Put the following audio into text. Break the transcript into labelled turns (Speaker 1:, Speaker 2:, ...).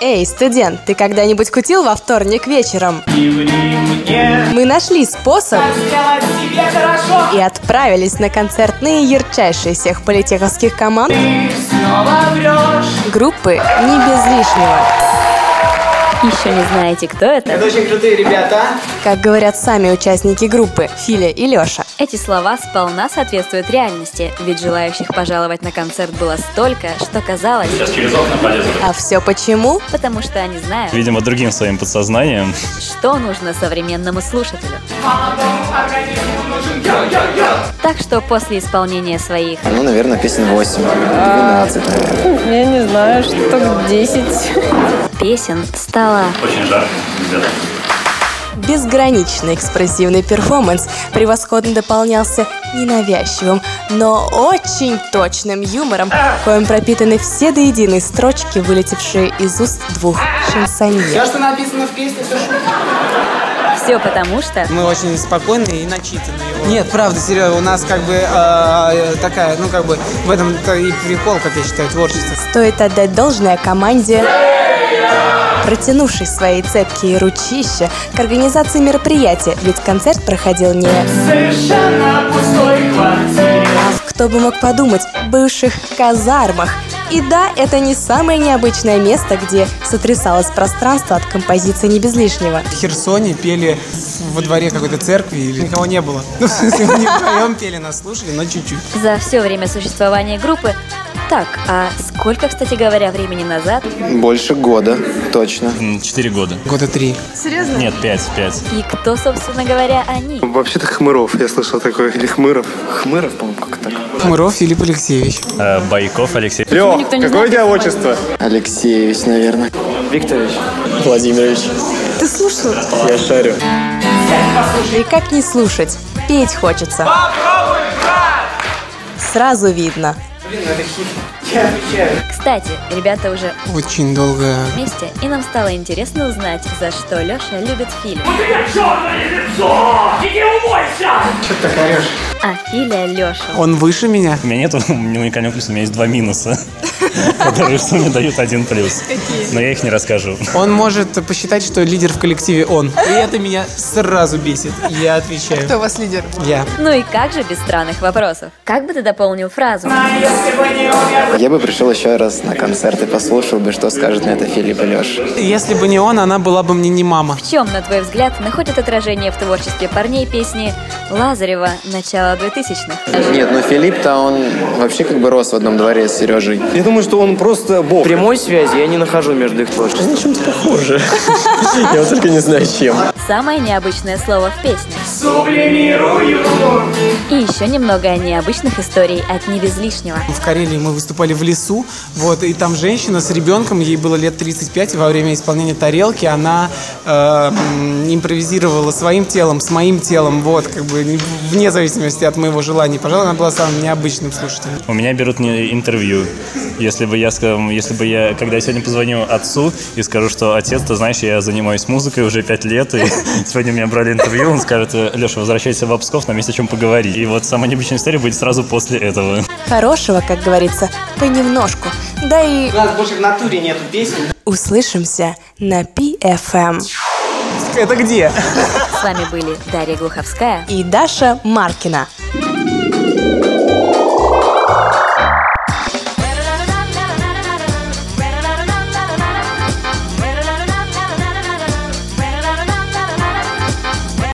Speaker 1: Эй, студент, ты когда-нибудь кутил во вторник вечером? Мы нашли способ и отправились на концертные ярчайшие всех политеховских команд группы «Не без лишнего».
Speaker 2: Еще не знаете, кто это?
Speaker 3: Это очень крутые
Speaker 4: а?
Speaker 3: ребята.
Speaker 1: Как говорят сами участники группы Филя и Леша.
Speaker 2: Эти слова сполна соответствуют реальности, ведь желающих пожаловать на концерт было столько, что казалось,
Speaker 5: Сейчас через окна полезу.
Speaker 1: А все почему?
Speaker 2: потому что они знают,
Speaker 5: Видимо, другим своим подсознанием.
Speaker 2: что нужно современному слушателю. Так что после исполнения своих
Speaker 6: Ну, наверное, песен 8, 12, наверное.
Speaker 7: Я не знаю, штук 10.
Speaker 2: песен стало
Speaker 5: Очень жарко, ребята.
Speaker 1: Безграничный экспрессивный перформанс превосходно дополнялся ненавязчивым, но очень точным юмором, коим пропитаны все до единой строчки, вылетевшие из уст двух шансонье.
Speaker 3: Все, что написано в песне, все шутки.
Speaker 2: все потому что...
Speaker 4: Мы очень спокойные и начитанные. Нет, правда, серьезно, у нас как бы э, такая, ну как бы в этом и прикол, как я считаю, творчество.
Speaker 1: Стоит отдать должное команде, протянувшей свои цепкие ручища к организации мероприятия, ведь концерт проходил не... А в, кто бы мог подумать, бывших казармах. И да, это не самое необычное место, где сотрясалось пространство от композиции «Не без лишнего».
Speaker 4: В Херсоне пели во дворе какой-то церкви, или никого не было. Ну, в смысле, мы не вдвоем пели, нас слушали, но чуть-чуть.
Speaker 2: За все время существования группы... Так, а сколько, кстати говоря, времени назад?
Speaker 6: Больше года, точно.
Speaker 5: М, Четыре года.
Speaker 4: Года три.
Speaker 5: Нет, пять, пять.
Speaker 2: И кто, собственно говоря, они?
Speaker 8: Вообще-то Хмыров, я слышал такое, или Хмыров.
Speaker 6: Хмыров, по-моему, как так.
Speaker 4: Хмуров Филипп Алексеевич.
Speaker 5: Э, Байков Алексей.
Speaker 8: Лех, какое у тебя отчество?
Speaker 6: Алексеевич, наверное. Викторович. Владимирович.
Speaker 7: Ты слушал?
Speaker 6: Я шарю.
Speaker 1: И как не слушать, петь хочется. Сразу видно.
Speaker 2: Кстати, ребята уже
Speaker 4: Очень долго
Speaker 2: вместе, и нам стало интересно узнать, за что Леша любит Филя. А Филя Лешу.
Speaker 4: он выше меня.
Speaker 5: У меня нету уникального плюса, у меня есть два минуса, которые в сумме дают один плюс. Но я их не расскажу.
Speaker 4: Он может посчитать, что лидер в коллективе он. И это меня сразу бесит. Я отвечаю.
Speaker 7: Кто у вас лидер?
Speaker 4: Я.
Speaker 2: Ну и как же без странных вопросов? Как бы ты дополнил фразу?
Speaker 6: Я бы пришел еще раз на концерт и послушал бы, что скажет на это Филипп и Леша.
Speaker 4: Если бы не он, она была бы мне не мама.
Speaker 2: В чем, на твой взгляд, находит отражение в творчестве парней песни Лазарева начала 2000-х?
Speaker 6: Нет, ну Филипп-то он вообще как бы рос в одном дворе с Сережей.
Speaker 8: Я думаю, что он просто бог.
Speaker 9: Прямой связи я не нахожу между их творчеством.
Speaker 6: Чем-то похоже. Я вот только не знаю, чем.
Speaker 2: Самое необычное слово в песне. И еще немного о необычных историй от «Не без лишнего».
Speaker 4: В Карелии мы выступали в лесу, вот, и там женщина с ребенком, ей было лет 35, и во время исполнения тарелки она э, м, импровизировала своим телом, с моим телом, вот, как бы, не- вне зависимости от моего желания. Пожалуй, она была самым необычным слушателем.
Speaker 5: У меня берут не интервью. Если бы я сказал, если бы я, когда я сегодня позвоню отцу и скажу, что отец, ты знаешь, я занимаюсь музыкой уже пять лет, и сегодня меня брали интервью, он скажет, Леша, возвращайся в Псков, нам есть о чем поговорить. И вот самая необычная история будет сразу после этого.
Speaker 1: Хорошего, как говорится, понемножку. Да и
Speaker 4: нас больше в натуре нету песен.
Speaker 1: услышимся на Эм. PFM.
Speaker 4: Это где?
Speaker 2: С вами были Дарья Глуховская
Speaker 1: и Даша Маркина.